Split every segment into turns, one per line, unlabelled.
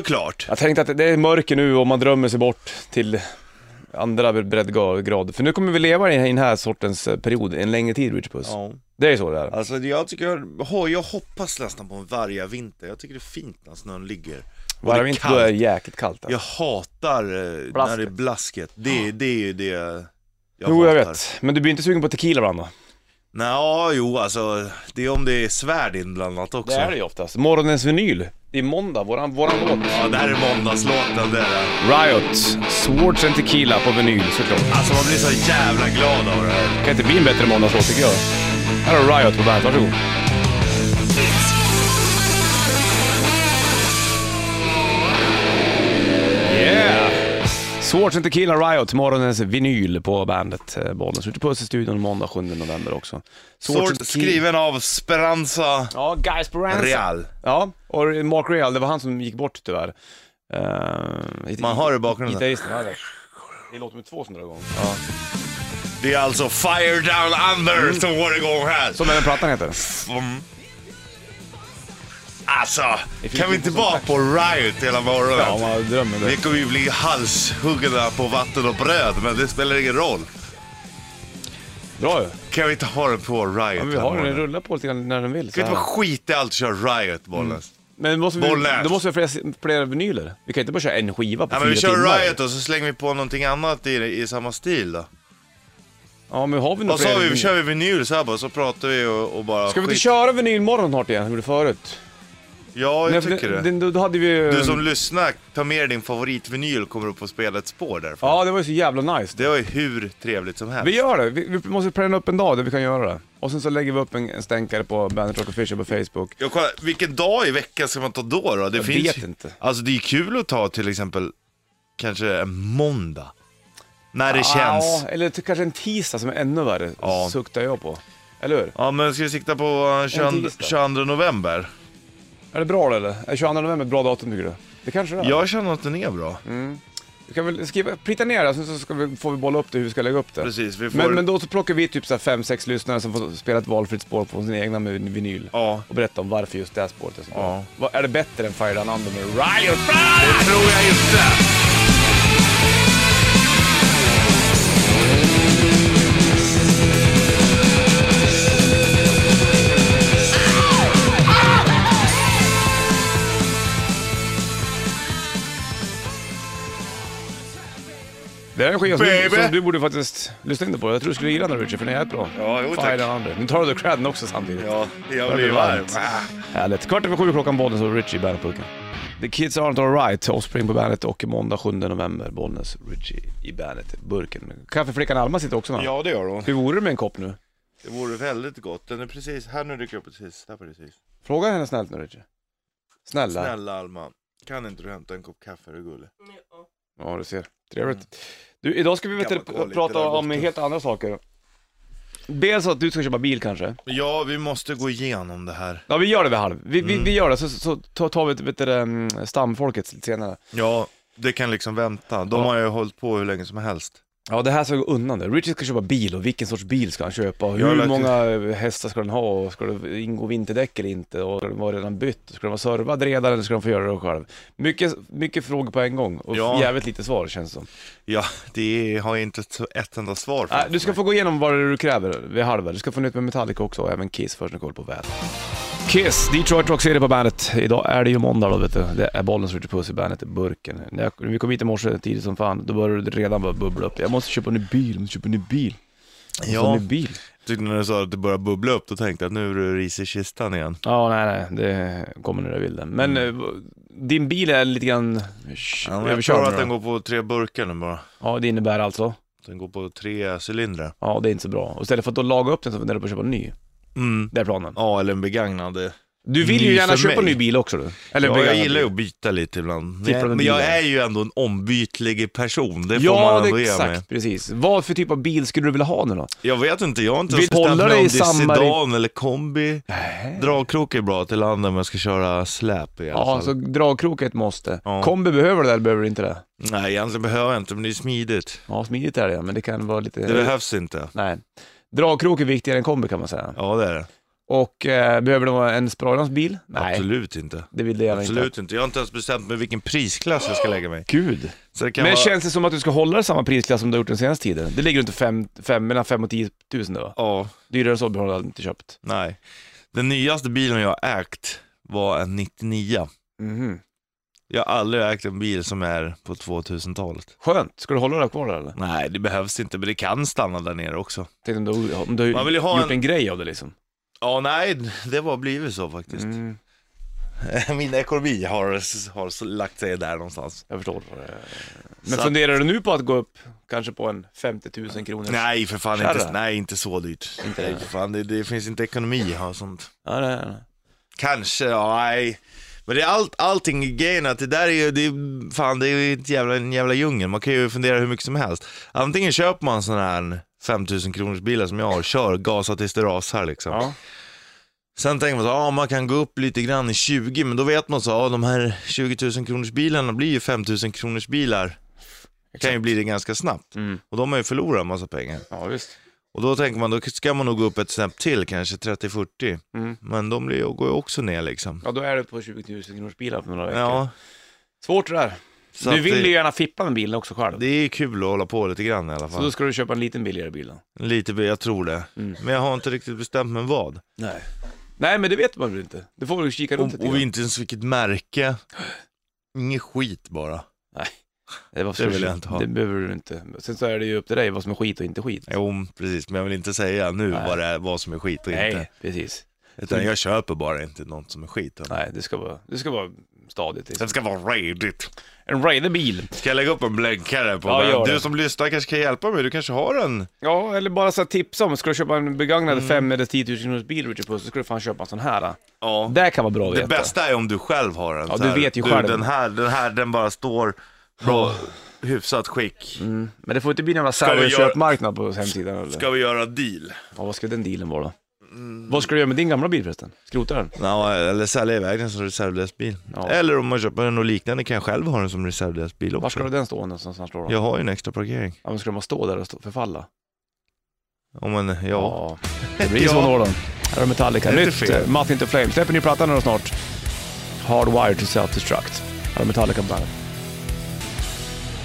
Såklart.
Jag tänkte att det är mörker nu och man drömmer sig bort till andra breddgrader. För nu kommer vi leva i den här sortens eh, period en längre tid, Rich Puss.
Ja.
Det är så det är.
Alltså jag tycker, ho, jag hoppas nästan på en vargavinter. Jag tycker det är fint när snön ligger. Och det
Varje vinter då är det jäkligt kallt. alltså.
Jag hatar eh, när det är
Blasket.
blasket. Det, det är ju det jag
Jo, jag
hatar.
vet. Men du blir inte sugen på tequila ibland då?
Nja, jo alltså, det är om det är svärd inblandat också.
ju oftast. Morgonens vinyl. Det är måndag, våran, våran låt.
Ja, det här är måndagslåten, det är det.
Riot, Swords and Tequila på vinyl såklart.
Alltså man blir så jävla glad av det här.
Det kan inte bli en bättre måndagslåt tycker jag. Här har du Riot på bandet, varsågod. Yeah! Swords and Tequila Riot, morgonens vinyl på bandet. Eh, Bollnäs ute på i studion måndag 7 november också. and
Sort
Tequila-
skriven av Speranza
Ja, Guy Speranza.
Real.
Ja, och Mark Real, det var han som gick bort tyvärr. Uh,
Man hör i bakgrunden.
Gitarristen, ja, det. Det är låt nummer två som drar igång.
Det är alltså Fire Down Under
Mm.
som går igång här.
Som även plattan heter.
Mm. Alltså,
If you
kan vi inte
keep
vara
us
på Riot hela morgonen?
Ja, man drömmer
Vi
det.
kommer ju bli halshuggna på vatten och bröd, men det spelar ingen roll.
Bra ju.
Kan vi inte ha den på Riot
Ja, men vi
hela
har den, den
morgonen?
rullar på lite grann när den vill.
Ska vi
så
inte
här.
bara skita i allt och köra Riot, Bollnäs?
Men måste vi,
Bollnäs.
då måste vi ha fler, fler vinyler. Vi kan inte bara köra en skiva på
Ja,
fyra
men vi kör
timmar. Mm.
Riot och så slänger vi på någonting annat i, i samma stil då.
Ja, men har vi några
Och så
fler
har vi,
vinyl?
kör vi vinyl så här bara, så pratar vi och, och bara
Mm. Ska vi inte
skit-
köra vinylmorgon snart igen, hur det förut?
Ja, jag
Nej,
tycker
för
det.
den- Då, då hade vi ju...
Du som lyssnar, ta med din favoritvinyl kommer upp och spela ett spår därifrån.
Ja, det var ju så jävla nice.
Det var ju hur trevligt som helst.
Vi gör det. Vi, vi måste planera upp en dag där vi kan göra det. Och sen så lägger vi upp en, en stänkare på Bandet Rock Official på Facebook.
Jag kollar, vilken dag i veckan ska man ta då? då? Det
Jag
finns
vet
ju-
inte.
Alltså det är kul att ta till exempel kanske en måndag. När det
Ah, Ja,
känns.
eller ty- kanske en tisdag som är ännu värre,
Ja.
suktar jag på. Eller hur?
Ja men ska vi sikta på 22,
tisdag.
22 november?
Är det bra eller? Är 22 november ett bra datum tycker du? Det kanske det är.
Jag känner att den är bra.
Mm. Vi kan väl skriva, plitta ner det, sen så ska vi, får vi bolla upp det hur vi ska lägga upp det.
Precis, vi får...
Men, men då så plockar vi typ 5-6 lyssnare som får spela ett valfritt spår på sin egna med vinyl.
Ja.
Och berätta om varför just det här spåret är så bra.
Ja.
Vad- Är det bättre än Fire Down Under med Riot?
Det tror jag inte.
Det är en skiva som, du-
Baby!
som du borde faktiskt lyssna in på. Jag tror du skulle gilla den Richard, för den är jävligt bra.
Ja, jo,
Fire
tack.
Down Under. Nu tar du credden också samtidigt.
Ja, jag
Det
blir
blir
varm.
varmt. Härligt. Kvart över sju klockan Bollnäs och Richie i Bandet-pucken. The Kids Aren't Alright, Offspring på bandet och måndag 7 november Bollnäs, Richie i Bandet-burken. Kaffeflickan Alma sitter också med.
Ja det gör hon.
Hur vore det med en kopp nu?
Det vore väldigt gott. Den är precis, här nu dyker jag upp precis, där precis.
Fråga henne snällt nu Richie. Snälla.
Snälla Alma, kan inte du hämta en kopp kaffe är du gullig?
Ja, du ser.
Mm.
Trevligt. Du, idag ska vi vet,
Gammal koll,
prata
det där
om
gott.
helt andra saker. Dels att du ska köpa bil kanske.
Ja, vi måste gå igenom det här.
Ja, vi gör det vid halv. Vi,
Mm.
vi, vi gör det, så, så så tar vi vet, du, um, stamfolket lite senare.
Ja, det kan liksom vänta. De
Ja.
har ju hållit på hur länge som helst.
Ja, det här ska gå undan det. Richard ska köpa bil och vilken sorts bil ska han köpa? Och
Jag har
hur
lagt-
många eh, hästar ska den ha? Och ska det ingå vinterdäck eller inte? Och ska den vara redan bytt? Ska den vara servad redan eller ska den få göra det själv? Mycket, mycket frågor på en gång och
Ja.
jävligt lite svar känns det som.
Ja, det har jag inte ett- ett enda svar för.
Äh, du ska få gå igenom vad det är du kräver vid halva. Du ska få nytt med Metallica också och även Kiss först när du kollar på vädret. Kiss, Detroit Rock City på bandet. Idag är det ju måndag då vet du. Det är Bollens Ritchie Puss i bandet, burken. När jag, när vi kom hit i morse tidigt som fan, då började det redan bara bubbla upp. Jag måste köpa en ny bil, jag måste köpa en ny bil. Jag måste ha
Ja.
en ny bil.
Tyckte när du sa att det började bubbla upp, då tänkte jag att nu är det ris i kistan igen.
Ja, nej, nej, det kommer när du vill det. Men eh, din bil är lite grann
Ja, men Mm. jag
överkörd
tror
nu
att den
då.
går på tre burkar nu bara.
Ja, det innebär alltså.
Den går på tre cylindrar.
Ja, det är inte så bra. Och istället för att då laga upp den så funderar du på att köpa en ny.
Mm.
Det är planen.
Ja, eller en begagnad.
Du vill ju
Ny
gärna
för
köpa en
mig.
ny bil också du. Eller
Ja, jag
begagnad
gillar
bil.
ju att byta lite ibland.
Tippa
Nej,
den
Men jag
bilen.
är ju ändå en ombytlig person, det får
Ja,
man ändå
det
ge
exakt.
mig.
Precis. Vad för typ av bil skulle du vilja ha nu då?
Jag vet inte, jag har inte
Vill
ens bestämt
hålla
mig
dig
om
i
det är
samma
sedan eller kombi. Dragkrok är bra till handen om jag ska köra släp i alla
Ja,
fall.
så dragkrok är ett måste.
Ja.
Kombi behöver det eller behöver det inte det?
Nej, egentligen behöver jag inte, men det är smidigt.
Ja, smidigt är det ja, men det kan vara lite...
Det behövs inte.
Nej. Dragkrok är viktigare än kombi kan man säga.
Ja, det är det.
Och eh, behöver de en sparlansbil? Nej,
Absolut inte.
det vill det gärna
Absolut
inte.
inte. Jag har inte ens bestämt mig vilken prisklass jag ska lägga mig i.
Gud.
Så det kan
Men
vara...
känns det som att du ska hålla samma prisklass som du har gjort den senaste tiden? Det ligger runt fem, fem, mellan 5 och 10 tusen då?
Ja,
Dyrare än så har du inte köpt.
nej. Den nyaste bilen jag har ägt var en 99.
Mhm.
Jag har aldrig ägt en bil som är på 2000-talet.
Skönt. Ska du hålla det här kvar där eller?
Nej, det behövs inte, men det kan stanna där nere också.
Tänkte om du, om du
Man
har
vill ju ha
gjort en...
en-
grej av det liksom.
Ja, nej, det var blivit så faktiskt.
Mm,
Mm. Min ekonomi har, har lagt sig där någonstans.
jag förstår. Eh, Men
Så-
funderar du nu på att gå upp kanske på en 50 000 kronor?
Nej, för fan,
Kärra.
inte, nej, inte så dyrt.
Inte
nej,
det.
för fan, det, det finns inte ekonomi och sånt.
Ja, nej, nej.
Kanske, ja, nej. Men det är allt, allting i grejen att det där är ju, det är, fan det är ju ett jävla, en jävla djungel. Man kan ju fundera hur mycket som helst. Antingen köper man sån här 5000 kronors bilar som jag har, kör, gasar tills det rasar liksom.
Ja.
Sen tänker man så, ja man kan gå upp lite grann i 20, men då vet man så, ja de här 20 000 kronors bilarna blir ju 5 000 kronors bilar. Kan ju bli det ganska snabbt.
Mm.
Och de har ju förlorat en massa pengar.
ja, visst.
Och då tänker man, då ska man nog gå upp ett snäpp till, kanske 30-40.
Mm.
Men de blir, går ju också ner liksom.
Ja, då är du på 20 000 kronors bilar på några veckor.
Ja,
Svårt det där.
så
du
att
vill
det-
ju gärna fippa med bilen också själv.
Det är kul att hålla på lite grann i alla
Så då
fall.
ska du köpa en liten billigare bil då.
Lite, jag tror det.
Mm.
Men jag har inte riktigt bestämt mig vad.
Nej. Nej, men det vet man väl inte. Du får väl kika runt
Och,
lite
och
grann.
inte ens vilket märke. Inget skit bara.
Nej, varför
det
ska
vill
du-
jag inte ha.
Det behöver du inte. Sen så är det ju upp till dig vad som är skit och inte skit.
Jo, precis. Men jag vill inte säga nu
Nej.
vad, det är, vad som är skit och inte.
Nej, precis.
Utan jag köper bara inte något som är skit.
Nej, det ska vara, det ska vara stadigt. Liksom.
Det ska vara redigt.
En raiderbil.
Ska jag lägga upp en blänkare på
Ja,
den?
gör det.
Du som lyssnar kanske kan hjälpa mig. Du kanske har en?
Ja, eller bara så här, tipsa om, ska du köpa en begagnad 5 eller 10 000 kronors bil, Richard Puss, så ska du fan köpa en sån här. äh. då.
Ja.
Det kan vara bra att
Det
veta.
bästa är om du själv har en.
Ja,
så
du
här,
vet ju själv.
Den här, den här, den bara står bra, hyfsat skick.
Mm. Men det får inte bli någon
vi
sämre
göra-
köpmarknad på hemsidan eller?
Ska Mm. vi göra deal?
Ja, vad ska den dealen vara då? Vad ska du göra med din gamla bil förresten? Skrota den?
Ja, eller sälja iväg den som reservdelsbil.
Ja.
Eller om man köper en och liknande kan jag själv ha den som reservdelsbil
Var ska du
också.
den stå någonstans då? Ja.
Jag har ju en extra parkering.
ja, men ska de bara stå där och stå, förfalla?
Om man, ja.
Det blir så
Ja.
då då. Här har du Metallica.
Det är inte
Nytt.
fel.
eh, Matt Into Flame. Släpper ny platta nu snart. Hardwired to Self-Destruct. Här har Metallica på bandet.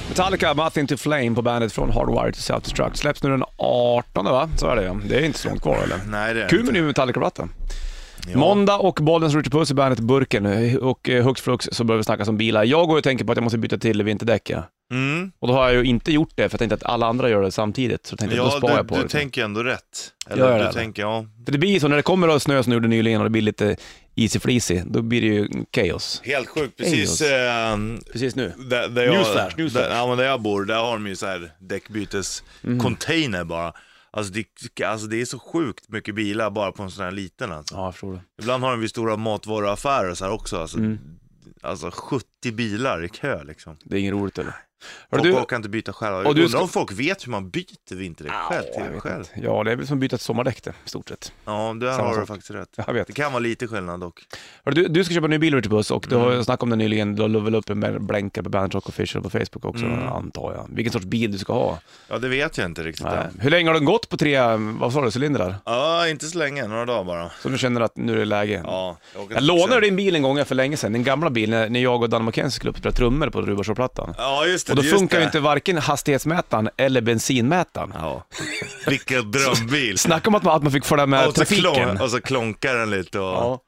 Metallica, Math Into Flame på bandet från Hardwired to Self-Destruct. Släpps nu den 18 va? Så är det ja. Det är inte så långt kvar eller?
Nej det är
Kul
det
med ny Metallica-platta.
Ja.
Måndag och Bollens Richard Puss i bandet Burken. Och eh, hux flux så börjar vi snacka som bilar. Jag går och tänker på att jag måste byta till vinterdäck ja.
Mm.
Och då har jag ju inte gjort det för jag tänkte att alla andra gör det samtidigt. Så tänkte jag, då
Ja,
sparar
du,
jag på
du
det.
tänker ändå rätt.
Gör jag
Eller
det?
du tänker, ja.
För det blir ju så, när det kommer då snö som det gjorde nyligen och det blir lite easy fleasy, då blir det ju kaos.
Helt sjukt, precis
Hej,
eh,
Precis nu.
där, där, jag,
Newsflash, newsflash.
Där, ja, men där jag bor, där har de ju så här
Mhm.
däckbytescontainer bara. Alltså det, alltså det är så sjukt mycket bilar bara på en sån här liten alltså.
Ja, jag förstår det.
Ibland har de ju stora matvaruaffärer så här också. Alltså,
Mm.
alltså 70 bilar i kö liksom.
Det är inget roligt eller? Hör
Folk
du,
orkar inte byta själva.
och
Jag
du
undrar
ska-
om folk vet hur man byter vinterdäck själv
jag
till
vet
själv.
inte. ja, det är väl som att byta ett sommardäck det, i stort sett.
Ja, där
Samma
har du
sak.
faktiskt rätt.
Jag vet.
Det kan vara lite skillnad dock.
Hör du, du ska köpa en ny bil Ritibus och du har
Mm.
ju snackat om det nyligen, du la väl upp en blänkare på Bandit Rock Official på Facebook också
Mm.
antar jag. Vilken sorts bil du ska ha.
Ja, det vet jag inte riktigt
Nej.
än.
Hur länge har den gått på tre, vad sa du, cylindrar?
Ja, inte så länge, några dagar bara.
Så du känner att nu är det läge?
Ja, jag åker
Jag
till-
lånade din bil en gång för länge sedan, din gamla bil, när när jag och Danne McKenzie skulle upp och spela trummor på Rubarsåplattan.
Ja, just det.
Och då
just
funkar
det.
ju inte varken hastighetsmätaren eller bensinmätaren.
Ja. Vilken drömbil.
Snacka om att man, att man fick följa med
och, så
trafiken.
klon, och så klonkar den lite och...
Ja.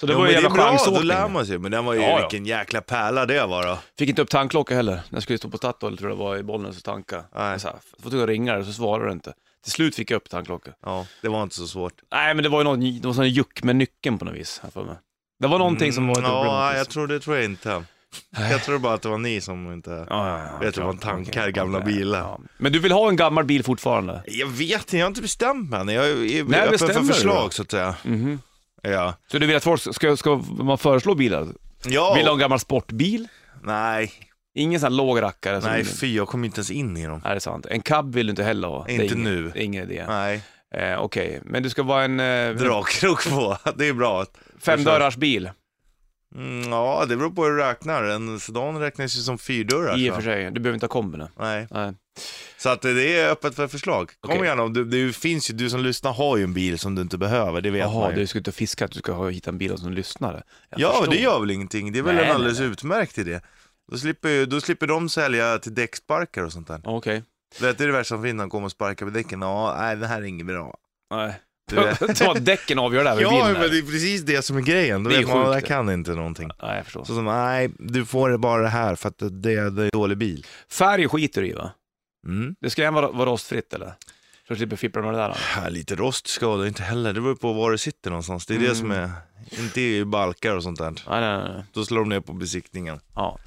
Så det
Jo,
var ju
men
en jävla
bra, då lär
chansåkning.
man sig. Men den var ju,
Ja, ja.
vilken jäkla pärla det var då.
Fick inte upp tanklocka heller. När jag skulle stå på Statoil, tror jag det var, i Bollnäs och tanka.
Nej.
Jag Så här, jag var tvungen att ringa och så svarade du inte. Till slut fick jag upp tanklocka.
Ja, det var inte så svårt.
Nej, men det var ju någon, det var sån här juck med nyckeln på något vis. Här för mig. Det var någonting som var ett
Mm, Ja,
problematiskt.
jag tror det tror jag inte. Jag tror bara att det var ni som inte...
Ja, ja, ja,
Vet du,
klart.
man tankar
Okej.
gamla bilar.
Ja. Men du vill ha en gammal bil fortfarande?
Jag vet inte, jag har inte bestämt mig än. Jag är är
När
öppen
bestämmer
för
du då?
förslag så att säga.
Mhm.
Ja.
Så du vill att folk ska, ska man föreslå bilar?
Ja,
Vill du ha en gammal sportbil?
nej,
Ingen sån här låg rackare? som-
nej fy jag kom inte ens in i dem.
Är det sant? En cab vill du inte heller ha? Det är
Inte
ingen-
nu.
det är Ingen idé.
Nej,
Eh, Okej, men du ska vara en eh,
dragkrok på. Det är bra.
femdörrars bil.
Mm, ja, det beror på hur du räknar. En sedan räknas ju som fyrdörrar.
I
så.
och för sig, du behöver inte ha kombi nu.
Nej,
Nej.
så att det är öppet för förslag. Kom
Okej.
igen om du, det finns ju, du som lyssnar har ju en bil som du inte behöver, det vet
Jaha,
man ju.
du ska ut och fiska att du ska ha- hitta en bil hos en lyssnare. Jag
Ja,
förstår.
det gör väl ingenting. Det är väl
Nej,
en
nej,
alldeles utmärkt idé. Då slipper, ju- då slipper de sälja till däcksparkar och sånt där.
Okej.
Du vet, det är det värsta som finns, de kommer och sparkar på däcken. Ja, nej, det här är inget bra.
Nej.
Du vet.
Ta däcken avgör det här med
Ja,
bilen.
men det är precis det som är grejen. Då
Det är
vet man,
sjukt
det här
det.
kan inte någonting.
Nej, jag förstår.
Så som, nej, du får bara det här för att det, det är dålig bil.
Färg skiter du i va?
Mm.
Det ska gärna vara, vara rostfritt eller? Så du slipper fippla med det där. då.
Ja, lite rost skadar ju inte heller, det beror på var det sitter någonstans. Det är
Mm.
det som är, inte i balkar och sånt där.
Nej, nej, nej, nej.
Då slår de ner på besiktningen.
Ja.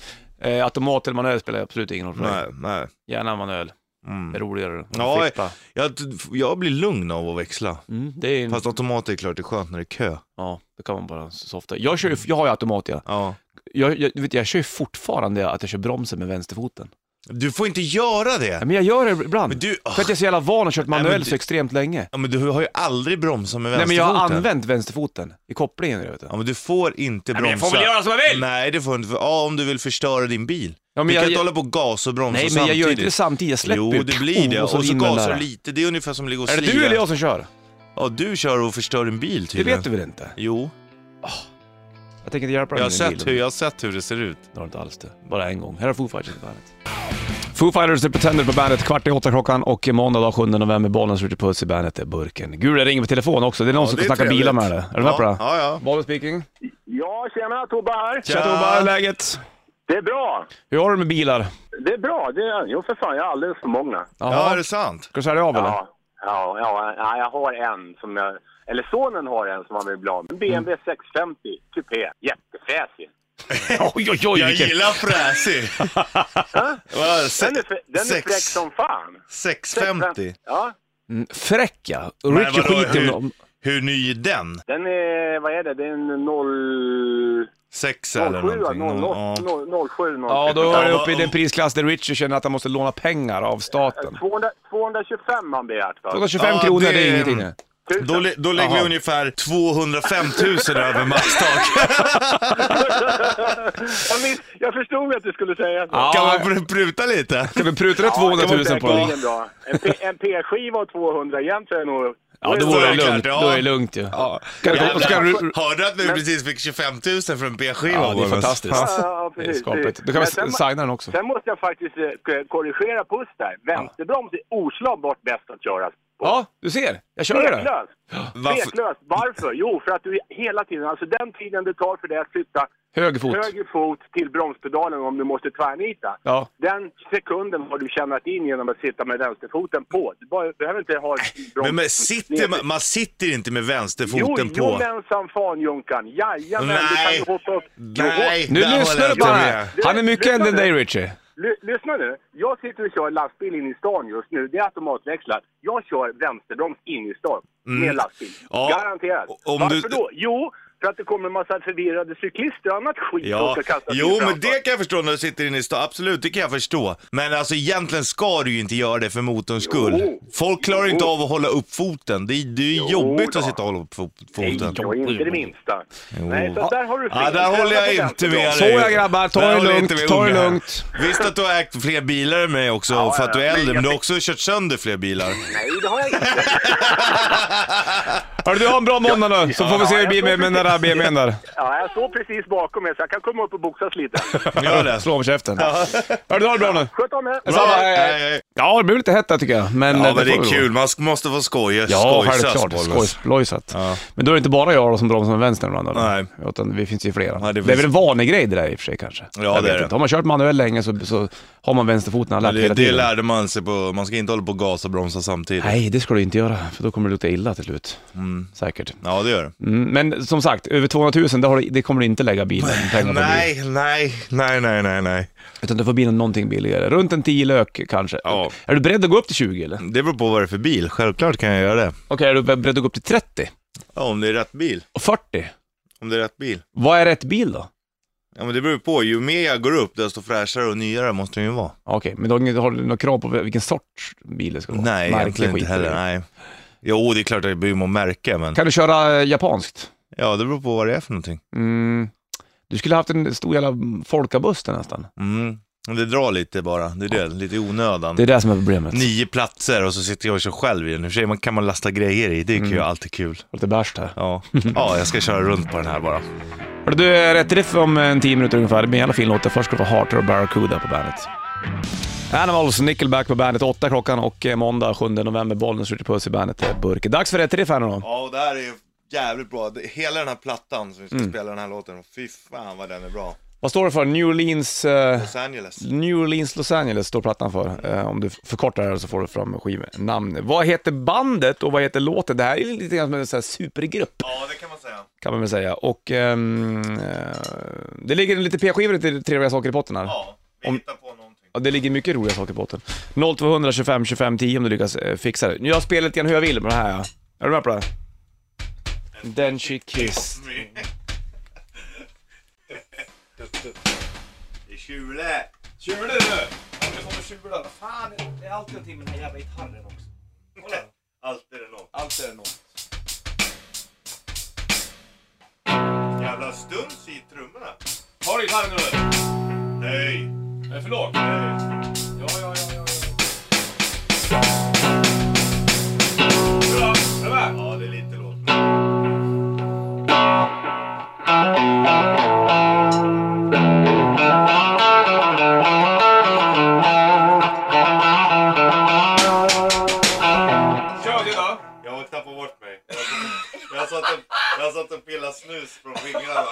Eh, automat eller manuell spelar absolut ingen roll för dig.
Nej, nej.
Gärna manuell. Det är
Mm.
roligare. att
Ja,
fippla.
Jag, jag blir lugn av att växla.
Mm, det är
Fast automat är klart det är skönt när det är kö.
Ja, då kan man bara softa. Jag, kör ju, jag har ju automat ja.
Ja.
Jag, jag, du vet, jag kör ju fortfarande att jag kör bromsen med vänsterfoten.
Du får inte göra
Ja,
det!
men jag gör det ibland.
Men du,
För att jag är så jävla van och kört
men
manuellt
du-
så extremt länge.
ja, men du har ju aldrig bromsat med
Nej men
vänsterfoten.
jag har använt vänsterfoten i kopplingen vet du.
Ja, men du får inte bromsa.
som jag
Nej, det får du inte. Ja, om du vill förstöra din bil.
Ja, men
du kan
jag,
inte
jag,
hålla på och gasa och bromsa
nej men
samtidigt.
jag gör inte det samtidigt, jag släpper
Jo,
ju.
det blir det. Och så,
in den
gasar
där.
du lite. Det är ungefär som att ligga och
Är det
slira.
du eller jag som kör?
Ja, du kör och förstör din bil
Det
tydligen.
vet du väl inte?
Jo,
Jag tänker inte hjälpa dig
jag har,
med din
sett
bil.
hur, jag har sett hur det ser ut.
Det har du inte alls det. Bara en gång. Här har Foo Fighters på bandet. Foo Fighters The Pretender på bandet, kvart i åtta klockan och måndag dag 7 november, bollen skjuter puss i bandet, det är burken. Gul, det ringer på telefon också, det är någon som
det
ska
är
snacka bilar med dig.
trevligt.
Är du med på det?
Ja, ja. ja.
Bollen speaking.
Ja, tjena Tobbe här.
Tja.
Tja Tobbe, hur är läget?
Det är bra.
Hur har du med bilar?
Det är bra. Det är, jo, för fan, jag har alldeles för många.
Ja,
Jaha,
är det sant?
ska du sälja av eller?
Ja, ja, ja, ja, jag har en som jag... Eller sonen har en som han vill bli av med. En
Mm.
BMW 650 kupé. Jättefräsig.
Oj, oj, oj, vilken...
gillar fräsig. Vad, se-
Den är, fr- den är
sex-
fräck som fan.
650.
Ja,
Mm, Fräck ja. Richie
vadå,
skiter i
hur-
om...
Hur ny är den?
den är... Vad är det? Det är en 0...
6
07,
eller någonting? Ja.
07,
Ja, då är
Ja,
du
vad-
uppe i den prisklass där Richie känner att han måste låna pengar av staten.
200, 225 man begärt va?
225
Ja,
kronor, det
det
är
är-
ingenting. det.
Tusen.
Då, lä- då lägger vi
Jaha.
ungefär 205 000 över maxtak.
jag, minns, jag förstod att du skulle säga så.
Kan
Ja,
man pr- pruta lite?
kan vi pruta ner
Ja,
200
det
000
var
på det?
säkerligen bra. En, P- en P-skiva och 200 jämt så är det nog...
Ja, då
Så
vore
är
det
det klart,
lugnt.
ja.
Då är det lugnt ju.
Ja.
Ska du-
Jävlar.
ska du-
Hörde du att vi precis fick 25 000 för en B-skiva?
Ja, det är
Bollnäs?
fantastiskt.
Ja.
Ja, ja,
Det är
precis.
skapligt. Då kan vi
Men sen,
s- signa den också.
sen måste jag faktiskt eh, k- korrigera Puss där. Vänsterbroms är oslagbart bäst att köra.
Ja, du ser. Jag kör det.
Tveklöst!
Varför?
Tveklöst! Varför? Jo, för att du hela tiden, alltså den tiden det tar för dig att flytta
Höger fot.
höger fot till bromspedalen om du måste tvärnita.
Ja.
Den sekunden har du tjänat in genom att sitta med vänsterfoten på. Du bara- behöver inte ha
Men,
bromsen
men sitter man, man sitter inte med vänsterfoten
jo,
på.
Jomensan fan Junkan, jajamän, du
Nej.
kan ju hoppa upp.
Nej,
Nu
där håller
lyssnar
jag
du
inte
på det
med.
här. Han är mycket äldre än dig Richie.
Ly- lyssna nu, jag sitter och kör lastbil in i stan just nu, det är automatväxlat. Jag kör vänsterbroms in i stan med lastbil.
Mm. Ja.
Garanterat.
O- om
Varför
du-
då? Jo, för att det kommer en massa förvirrade cyklister och annat skit som
Ja.
ska kasta sig
Jo, men
framför.
det kan jag förstå när du sitter inne i stan. Absolut, det kan jag förstå. Men alltså egentligen ska du ju inte göra det för motorns skull.
Jo.
Folk klarar inte
Jo.
av att hålla upp foten. Det är, det är
Jo
jobbigt
då.
att sitta och hålla upp fo-
Nej,
foten.
jag är inte det minsta. Nej, så där har du fel.
Ja, där håller jag inte med dig.
Så jag grabbar, ta
Där
det
håller jag
lugnt,
inte med
ta det
unga här.
lugnt.
Visst att du har ägt fler bilar än mig också
Ja,
för att du är
ja,
äldre,
men
men du har
jag-
också kört sönder fler bilar.
Nej, det har jag inte.
Hörru du, ha en bra måndag nu så får vi se hur det blir med, med den där BMWn där.
Ja, jag står precis bakom er så jag kan komma upp och boxas lite.
Gör det.
Slå om käften. Hörru du, ha det bra nu.
Sköt om er!
Detsamma, hej, hej.
Hej, hej.
Ja, det blev lite hett där tycker jag. Men
Ja, men det
får
är
vi då.
kul. Man måste få skoja.
Ja,
skojsas,
självklart.
Bollnäs.
Skojsplojsat.
Ja.
Men då är det inte bara jag då som bromsar med vänstern ibland eller?
Nej.
Utan vi finns ju flera.
Ja,
det,
det
är
finns-
väl en vanlig grej det där i och för sig kanske.
Ja,
Jag
det
vet
är det.
Inte. Har man kört manuell länge så, så har man vänsterfoten har lärt
Det,
hela
det
tiden.
lärde man sig på, man ska inte hålla på och gasa och bromsa samtidigt.
Nej, det ska du inte göra, för då kommer det lukta illa till slut.
Mm.
Säkert.
Ja, det gör det.
Mm, men som sagt, över 200 000, det, har du, det kommer du inte lägga bilen pengar på. bil.
Nej, nej, nej, nej, nej, nej.
Utan du får bilen någonting billigare. Runt en 10 lök kanske.
Ja. Mm.
Är du beredd att gå upp till 20 eller? Okej,
Det beror på vad det är för bil. Självklart kan jag göra det.
är du beredd att gå upp till 30?
Ja, om det är rätt bil.
Och 40?
Om det är rätt bil.
Vad är rätt bil då?
Ja, men det beror på. Ju mer jag går upp, desto fräschare och nyare måste den ju vara.
Okej, men då har du- har du några krav på vilken sorts bil det ska vara?
Nej,
Märke
egentligen inte
skiter du i.
heller. Nej. Jo, det är klart att jag bryr mig om märke, men
Kan du köra eh, japanskt?
ja, det beror på vad det är för någonting.
Mm. Du skulle haft en stor jävla folkabuss där nästan.
Mm. Men Det drar lite bara, det är det, lite i onödan.
Det är det som är problemet.
Nio platser och så sitter jag och kör själv i den. I och för sig man- kan man lasta grejer i, det är ju alltid kul.
Lite bärst här.
Ja. ja, jag ska köra runt på den här bara.
Hörru du, rätt riff om eh, en 10 minuter ungefär. Det blir en jävla fin låt. där. Först ska du få Harter och Barracuda på bandet. Animals, Nickelback på bandet. 8 klockan och eh, måndag 7 november. Bollen skjuter puss i bandet eh, Burke. Dags för rätt riff här nu då.
Ja, och det här är ju jävligt bra. Det- Hela den här plattan som vi ska spela den här låten, fy fan vad den är bra.
Vad står det för? New Orleans... eh,
Los Angeles.
New Orleans Los Angeles står plattan för. Eh, om du förkortar det här så får du fram skivnamn. Vad heter bandet och vad heter låten? Det här är lite grann som en sån här supergrupp
Ja, det kan man säga.
kan man väl säga. Och ehm, eh, det ligger lite p-skivor till trevliga saker i potten här.
Ja, vi
Om-
hittar på någonting.
Ja, det ligger mycket roliga saker i botten. 0200 25 25 10 om du lyckas eh, fixa det. Nu har jag spelat lite grann hur jag vill med det här ja. Är du med på det? Then she kissed.
Det är Tjule!
Tjule du! Jag kommer tjula. Fan, det är alltid någonting med den här jävla gitarren också. Kolla.
Allt är det något.
Allt är det något.
Jävla stuns i trummorna.
Har du gitarren nu eller?
Nej!
Är det för lågt?
Nej.
Ja, ja, ja, ja. ja. Är du med?
Ja, det är lite lågt.
Kör det då!
Jag har tappat bort mig. Jag satt och, jag satt och pillade snus från fingrarna.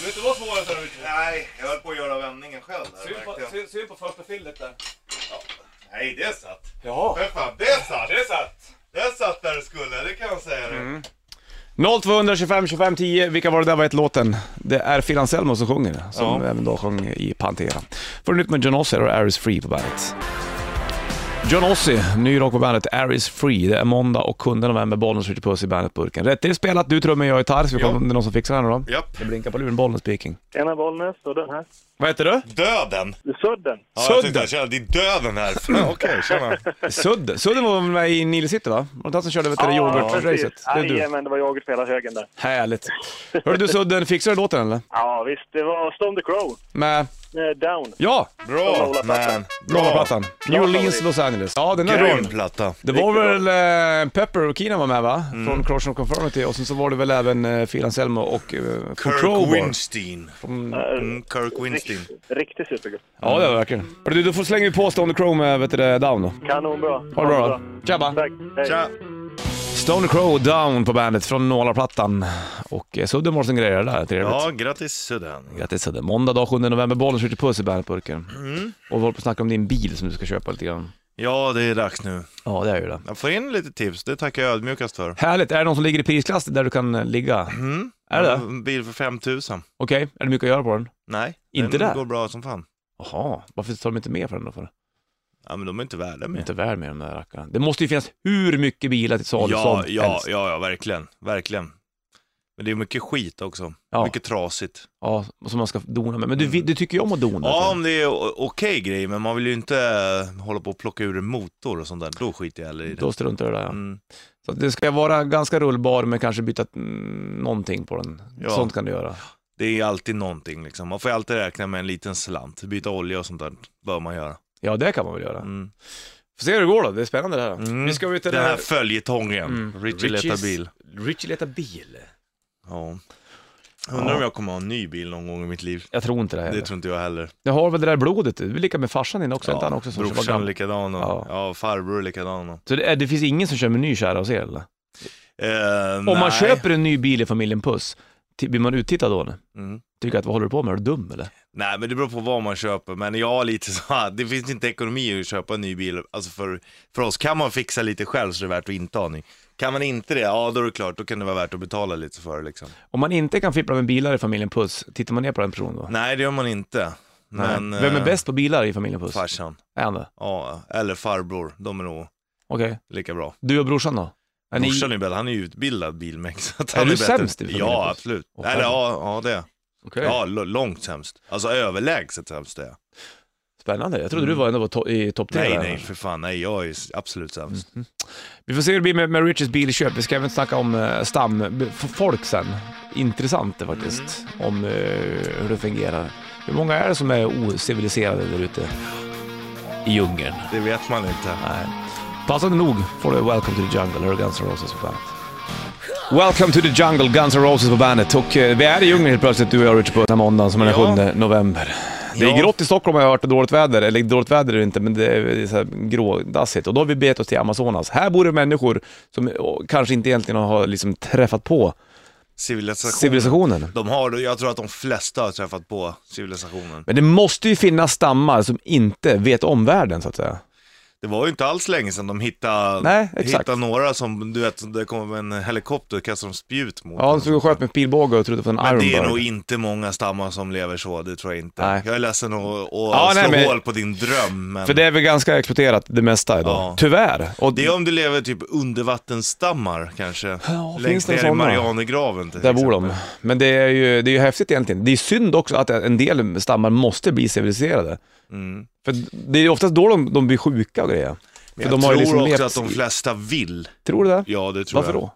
Du vet, det var svårare förut.
Nej, jag höll på att göra vändningen själv. Där,
Syn på,
verkligen.
syn, syn på första fillet där.
Nej, det satt.
Ja.
Men fan, det satt!
Det är satt. Mm.
Det satt där det skulle, det kan jag säga dig.
0225 25 10, vilka var det där var ett låten? Det är Phil Anselmo som sjunger, som
Ja.
även då sjöng i Pantera. Får nytt med John Ossie och Aris Free på bandet. John Ossie, ny rock på bandet Aris Free. Det är måndag och 7 november, Bollnäs skjuter puss i bandet-burken. Rätt till spelat, du trummor, jag gitarr, så vi kollar om det är någon som fixar det här nu då.
Japp.
Det blinkar på luren, Bollnäs speaking.
Ena Bollnäs och den här.
Vad heter du?
Döden!
Sudden.
Ja, jag tyckte
Sudden.
jag kände, det är döden här. Fan, Okej, tjena.
Sudden. Sudden var väl med i Nile City va? Var det han som körde vet du, det yoghurtracet? Det är du.
Jajamän, det var jag som spelade högen där.
Härligt. Hörru du Sudden, fixar du låten eller?
Ja, visst. Det var Storm the Crow.
Med...
Eh, down.
Ja!
Bra,
Lollaplattan.
man.
Blomaplattan. New Orleans,
favorit.
Los Angeles. Ja, den är
Grym
rund.
platta.
Det var väl eh, Pepper och Keenan var med va? Från Cross of Conformity och sen så var det väl även eh, Phil Anselmo och eh, Crow
Kirk
var.
Winstein. Mm, Kirk Winstein.
Riktigt supergott.
Ja, det var det verkligen. Hörru Du, då får slänger vi på Stone Crow med vet du, det, Down då.
Kanonbra.
Ha det bra då. Tjabba!
Tack. Hej.
Tja!
Stone Crow Down på bandet från Nålarplattan. Och eh, Sudden var som grejer det där, trevligt.
Ja, grattis Sudan.
Grattis Sudden. Måndag dag 7 november, bollen skjuter puss i bandetburken. Och vi håller på att snacka om din bil som du ska köpa lite grann.
Ja, det är dags nu.
Ja, det är ju det.
Jag får in lite tips, det tackar jag ödmjukast för. Mm.
Härligt, är det någon som ligger i prisklass där du kan eh, ligga? Är det det?
En bil för 5000.
Okej, är det mycket att göra på den?
Nej,
Inte
den
där?
går bra som fan.
Jaha, varför tar de inte med för den då? För?
Ja, men de är inte värda
De är
mer.
Inte väl med de där rackarna. Det måste ju finnas hur mycket bilar till salu
Ja,
som
ja,
helst.
ja, ja, verkligen, verkligen. Men det är mycket skit också.
Ja.
Mycket trasigt.
ja. Som man ska dona med. Men du, du tycker ju om att dona.
Mm.
alltså.
Ja, om det är o- okej grejer, men man vill ju inte eh, hålla på och plocka ur en motor och sånt där. Då skiter jag heller i det.
Då struntar du i det där, ja.
Mm.
Så att det ska vara ganska rullbar men kanske byta mm, någonting på den.
Ja.
Sånt kan du göra.
Det är alltid någonting liksom. Man får ju alltid räkna med en liten slant. Byta olja och sånt där bör man göra.
Ja, det kan man väl göra.
Mm.
Får se hur det går då, det är spännande det här. Mm.
Mm.
Vi ska ut till
Den här följetongen. Richie letar
Richies-
bil.
Richie letar bil?
Ja. Undrar
Ja.
om jag kommer ha en ny bil någon gång i mitt liv.
Jag tror inte det
Det
heller.
tror inte jag heller.
Jag har väl det där blodet, du är lika med farsan din också, inte han också som var
brorsan
gammal.
likadan och
Ja.
ja. farbror likadan. Och,
Så det, är, det finns ingen som kör med ny kära hos er eller?
eh,
Om man köper en ny bil i familjen Puss, Ti- Blir man uttittad då? eller?
Mm.
Tycker att vad håller du på med? Är du dum eller?
Nej, men det beror på vad man köper. Men jag har lite så här, det finns inte ekonomi i att köpa en ny bil. Alltså för, för oss, kan man fixa lite själv så är det värt att inte ha en ny. Kan man inte det, ja då är det klart, då kan det vara värt att betala lite för det liksom.
Om man inte kan fippla med bilar i familjen Puss, tittar man ner på den personen då?
Nej, det gör man inte. Men,
Nej. Vem är
eh,
bäst på bilar i familjen Puss?
Farsan.
Är han det?
Ja, eller farbror. De är nog
Okej.
lika bra.
Du och brorsan då? Är ni-
Morsan är bättre, han är ju utbildad bilmek. Så att
Är
han
du
är bättre.
sämst i familjen?
Ja, absolut.
Åh,
Eller
fan.
ja, ja det. är
Okej.
Ja, l- långt sämst. Alltså överlägset sämst är jag.
Spännande. Jag trodde du var ändå var to- i topp tre.
Nej,
där.
nej, för fan. Nej, jag är s- absolut sämst.
Vi får se hur det blir med, med Richards bilköp. Vi ska även snacka om eh, stam, b- f- folk sen. Intressant det faktiskt,
Mm.
om eh, hur det fungerar. Hur många är det som är ociviliserade där ute i djungeln?
Det vet man inte.
Nej. Passande nog får du Welcome to the Jungle, här är Guns N' Roses på bandet. Welcome to the Jungle, Guns N' Roses på bandet. Och eh, vi är i djungeln helt plötsligt, du och jag Richard, på den här måndagen som är den
Ja.
7 november. Det är
Ja.
grått i Stockholm har jag hört, och dåligt väder. Eller dåligt väder är det inte, men det är, det är så här grådassigt. Och då har vi begett oss till Amazonas. Här bor det människor som eh, kanske inte egentligen har liksom träffat på
Civilisationen.
civilisationen.
De har, jag tror att de flesta har träffat på civilisationen.
Men det måste ju finnas stammar som inte vet om världen, så att säga.
Det var ju inte alls länge sedan de hittade,
Nej, exakt.
hittade några som, du vet, det kom en helikopter och kastade de spjut mot
Ja, de
dem.
stod och sköt med pilbåge och trodde på en
Men
Iron
det är
Bird.
nog inte många stammar som lever så, det tror jag inte.
Nej.
Jag är ledsen att, att
Ja,
slå
nej, men-
hål på din dröm, men...
För det är väl ganska exploaterat det mesta idag.
Ja.
Tyvärr. Och
Det är om du lever typ undervattensstammar kanske.
Ja, finns
Längst
det
ner i
sådana?
Marianergraven till
där bor
exempel.
de. Men det är, ju, det är ju häftigt egentligen. Det är synd också att en del stammar måste bli civiliserade.
Mm.
För det är ju oftast då de, de blir sjuka och grejer. För
Jag tror
de har ju liksom levt
också att de
i-
flesta vill.
Tror du det?
Ja, det tror
Varför
jag.
då?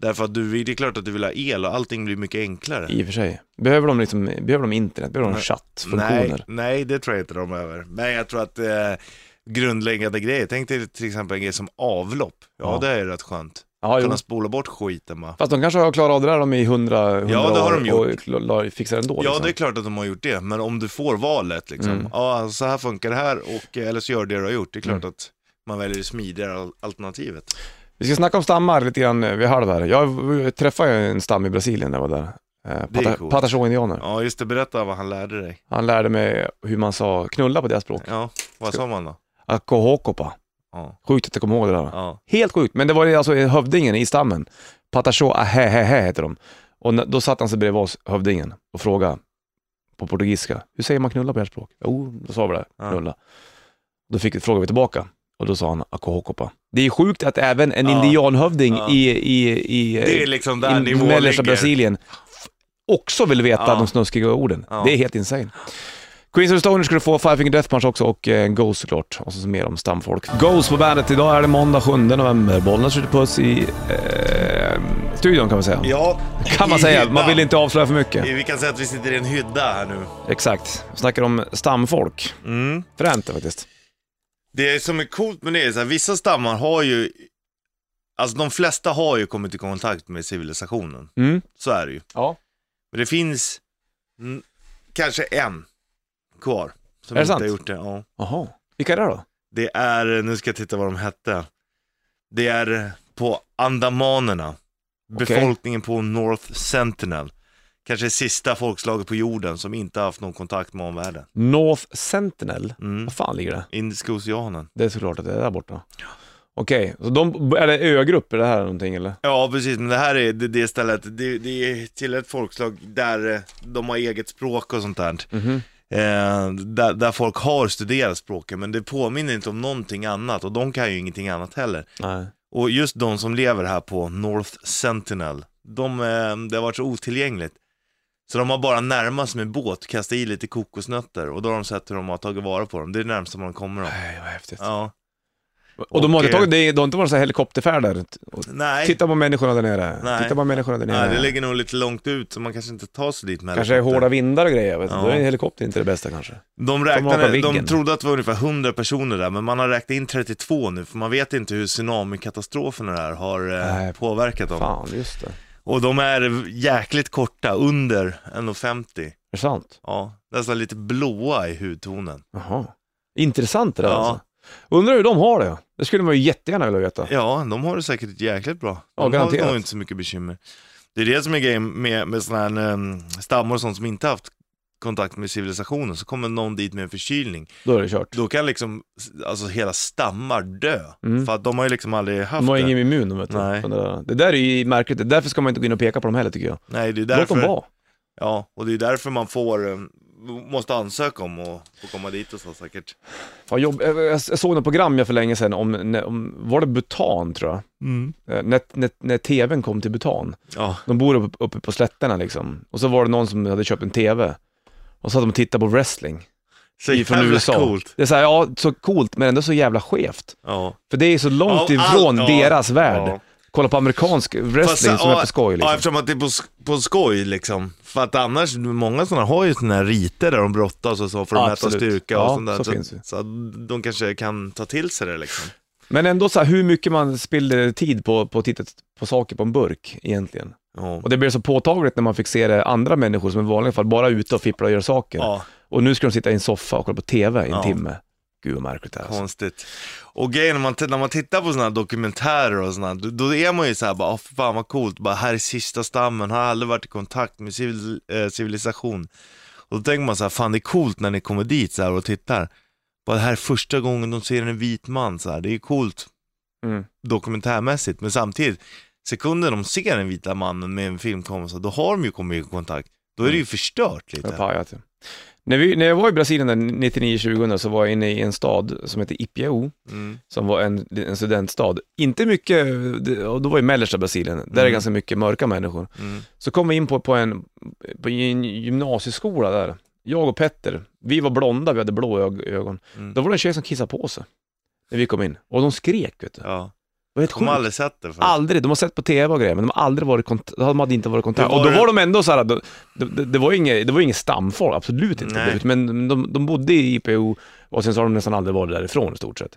Därför att du, det är klart att du vill ha el och allting blir mycket enklare.
I och för sig. Behöver de, liksom, behöver de internet? Behöver de
Nej.
chattfunktioner?
Nej, nej, det tror jag inte de behöver. Men jag tror att eh, grundläggande grejer, tänk dig till exempel en grej som avlopp. Ja,
Ja.
det är rätt skönt.
Ja, jo.
Kunna spola bort skiten bara.
Fast de kanske har klarat av det där de i hundra, hundra
Ja, det har
år
de
och la- fixar det ändå.
Ja,
liksom.
det är klart att de har gjort det, men om du får valet liksom,
Mm.
ja, så här funkar det här, och, eh, eller så gör du det du har gjort. Det är klart att man väljer det smidigare al- alternativet.
Vi ska snacka om stammar lite grann eh, vid halv här. Jag eh, träffade ju en stam i Brasilien när jag var där. Eh,
Det är
Pata-
coolt.
Patagonia-indianer.
Ja, just det, berätta vad han lärde dig.
Han lärde mig hur man sa knulla på deras språk.
Ja, vad sa man då?
Akohokopa.
Ja,
Sjukt att jag kommer ihåg det där.
ja.
Helt sjukt, men det var ju alltså hövdingen i stammen. Patacho ahehehe heter de. Och n- då satt han sig bredvid oss, hövdingen, och frågade på portugisiska. Hur säger man knulla på ert språk? Jo, då sa vi det.
Ja.
Knulla. Då fick, frågade vi tillbaka och då sa han akohokopa. Det är sjukt att även en
Ja.
indianhövding
Ja.
i, i, i, eh,
Det är liksom där
i
nivån
mellersta
ligger.
Brasilien f- också vill veta
Ja.
de snuskiga orden.
Ja.
Det är helt insane. Queens of the Stone Age ska du få, Five Finger Death Punch också och eh, Ghost såklart. Och så, så mer om stamfolk. Ghost på bandet, idag är det måndag 7 november. Bollnäs skjuter puss i eh, studion kan man säga.
Ja,
Kan man
i
säga,
hyddan.
man vill inte avslöja för mycket.
Vi kan säga att vi sitter i en hydda här nu.
Exakt. Vi snackar om stamfolk.
Mm.
Fränt det faktiskt.
Det som är coolt med det är så här, vissa stammar har ju, alltså de flesta har ju kommit i kontakt med civilisationen.
Mm.
Så är det ju.
Ja.
Men det finns mm, kanske en kvar som
Är det
inte har
sant?
gjort det. Ja.
Jaha. Vilka är det då?
Det är, nu ska jag titta vad de hette. Det är på Andamanerna.
Okej.
Befolkningen på North Sentinel. Kanske sista folkslaget på jorden som inte har haft någon kontakt med omvärlden.
North Sentinel?
Mm.
Var fan ligger det?
Indiska oceanen.
Det är såklart att det är där borta. Okej, så de, är det ögrupper det här någonting eller?
Ja precis, men det här är det, det stället, det, det är till ett folkslag där eh, de har eget språk och sånt där. Eh, där, där folk har studerat språken, men det påminner inte om någonting annat och de kan ju ingenting annat heller.
Nej.
Och just de som lever här på North Sentinel, de, eh, det har varit så otillgängligt. Så de har bara närmast med båt, kastat i lite kokosnötter och då har de sett hur de har tagit vara på dem. Det är det närmsta man kommer dem.
Nej, vad häftigt.
Ja.
Och de har inte
Och,
tagit, det är- det har inte varit så här helikopterfärder? Och
Nej,
Titta på människorna där nere.
Nej.
Titta på människorna där nere.
Nej, det ligger nog lite långt ut så man kanske inte tar sig dit med
Kanske är
helikopter.
hårda vindar och grejer. Vet du.
Ja.
Då är en helikopter inte det bästa kanske.
De,
hoppar
räknade, de
viggen.
trodde att det var ungefär 100 personer där, men man har räknat in 32 nu, för man vet inte hur tsunamikatastrofen och det här har eh,
Nej.
påverkat dem.
Fan, just det. Är
Och de är jäkligt korta, under 1,50.
det sant?
Ja, nästan lite blåa i hudtonen.
Jaha. Intressant det där
Ja.
alltså. Undrar hur de har det? Det skulle man ju jättegärna vilja veta.
Ja, de har det säkert jäkligt bra.
Ja,
De har
garanterat.
nog inte så mycket bekymmer. Det är det som är grejen med, med sådana här ehm, stammar och sånt som inte haft kontakt med civilisationen, så kommer någon dit med en förkylning.
Då är det kört.
Då kan liksom, alltså hela stammar dö.
Mm.
För att de har ju liksom aldrig haft
De har
det.
ingen immun, de vet du.
Nej.
Från Det där. det där är ju märkligt, Det är därför ska man inte gå in och peka på dem heller tycker jag.
Nej, det är
Låt dem
därför.
vara.
Ja, och det är därför man får, ehm, måste ansöka om att få komma dit och så säkert.
Fan, jobb... jag- Jag jag såg något program jag för länge sedan om, när- om var det Bhutan tror jag?
Mm.
Eh, När, när, när tvn kom till Bhutan.
Ja,
De bor uppe, uppe på slätterna liksom. Och så var det någon som hade köpt en TV. Och så hade de tittat på wrestling.
så
i- Från
jävla
USA.
coolt.
Det är så här, ja, så coolt men ändå så jävla skevt.
Ja.
För det är så långt
Ja, allt-
ifrån
ja,
deras värld.
ja.
Kolla på amerikansk wrestling
Fast,
som
ja,
är på skoj
Ja,
liksom.
eftersom att det är på, sk- på skoj liksom. För att annars, många sådana har ju sådana här riter där de brottas och så för att mäta
Absolut.
styrka och
Ja,
sånt där.
så finns det.
så att de kanske kan ta till sig det liksom.
Men ändå så här, hur mycket man spillde tid på, på att titta på saker på en burk egentligen.
Ja.
Och det blev så påtagligt när man fick se det andra människor som i vanliga fall bara är ute och fipplar och gör saker.
ja,
Och nu ska de sitta i en soffa och kolla på TV i en
Ja.
timme. Gud vad märkligt det är. Alltså.
konstigt. Och grejen när man, t- när man tittar på sådana här dokumentärer och sådana, då, då är man ju såhär bara, "Åh, fan vad coolt, bara här är sista stammen, har aldrig varit i kontakt med civil, eh, civilisation. Och då tänker man så här, fan det är coolt när ni kommer dit så här och tittar. Bara det här är första gången de ser en vit man så här, det är coolt.
Mm.
dokumentärmässigt, men samtidigt, sekunden de ser den vita mannen med en filmkamera, så då har de ju kommit i kontakt. Då är det
Mm.
ju förstört
Jag har
lite.
pajat det. typ. När, vi, när jag var i Brasilien där 99-2000 så var jag inne i en stad som heter Ipiaú,
Mm.
som var en, en studentstad. Inte mycket, det- och då var jag i mellersta Brasilien, där är det
Mm.
ganska mycket mörka människor.
Mm.
Så kom vi in på, på, en, på en gymnasieskola där. Jag och Petter, vi var blonda, vi hade blå ög- ögon.
Mm.
Då var det en tjej som kissade på sig när vi kom in. Och de skrek, vet du. Det
Ja.
var helt
De har
sjukt.
aldrig sett det förut.
Aldrig, de har sett på tv och grejer, men de har aldrig varit i kont- de hade inte varit i kontakt.
Det var
och då
det-
var de ändå såhär, det, det, det var ju inget, det var ju inget stamfolk, absolut inte.
Nej.
Men de, de bodde i IPO och sen så har de nästan aldrig varit därifrån i stort sett.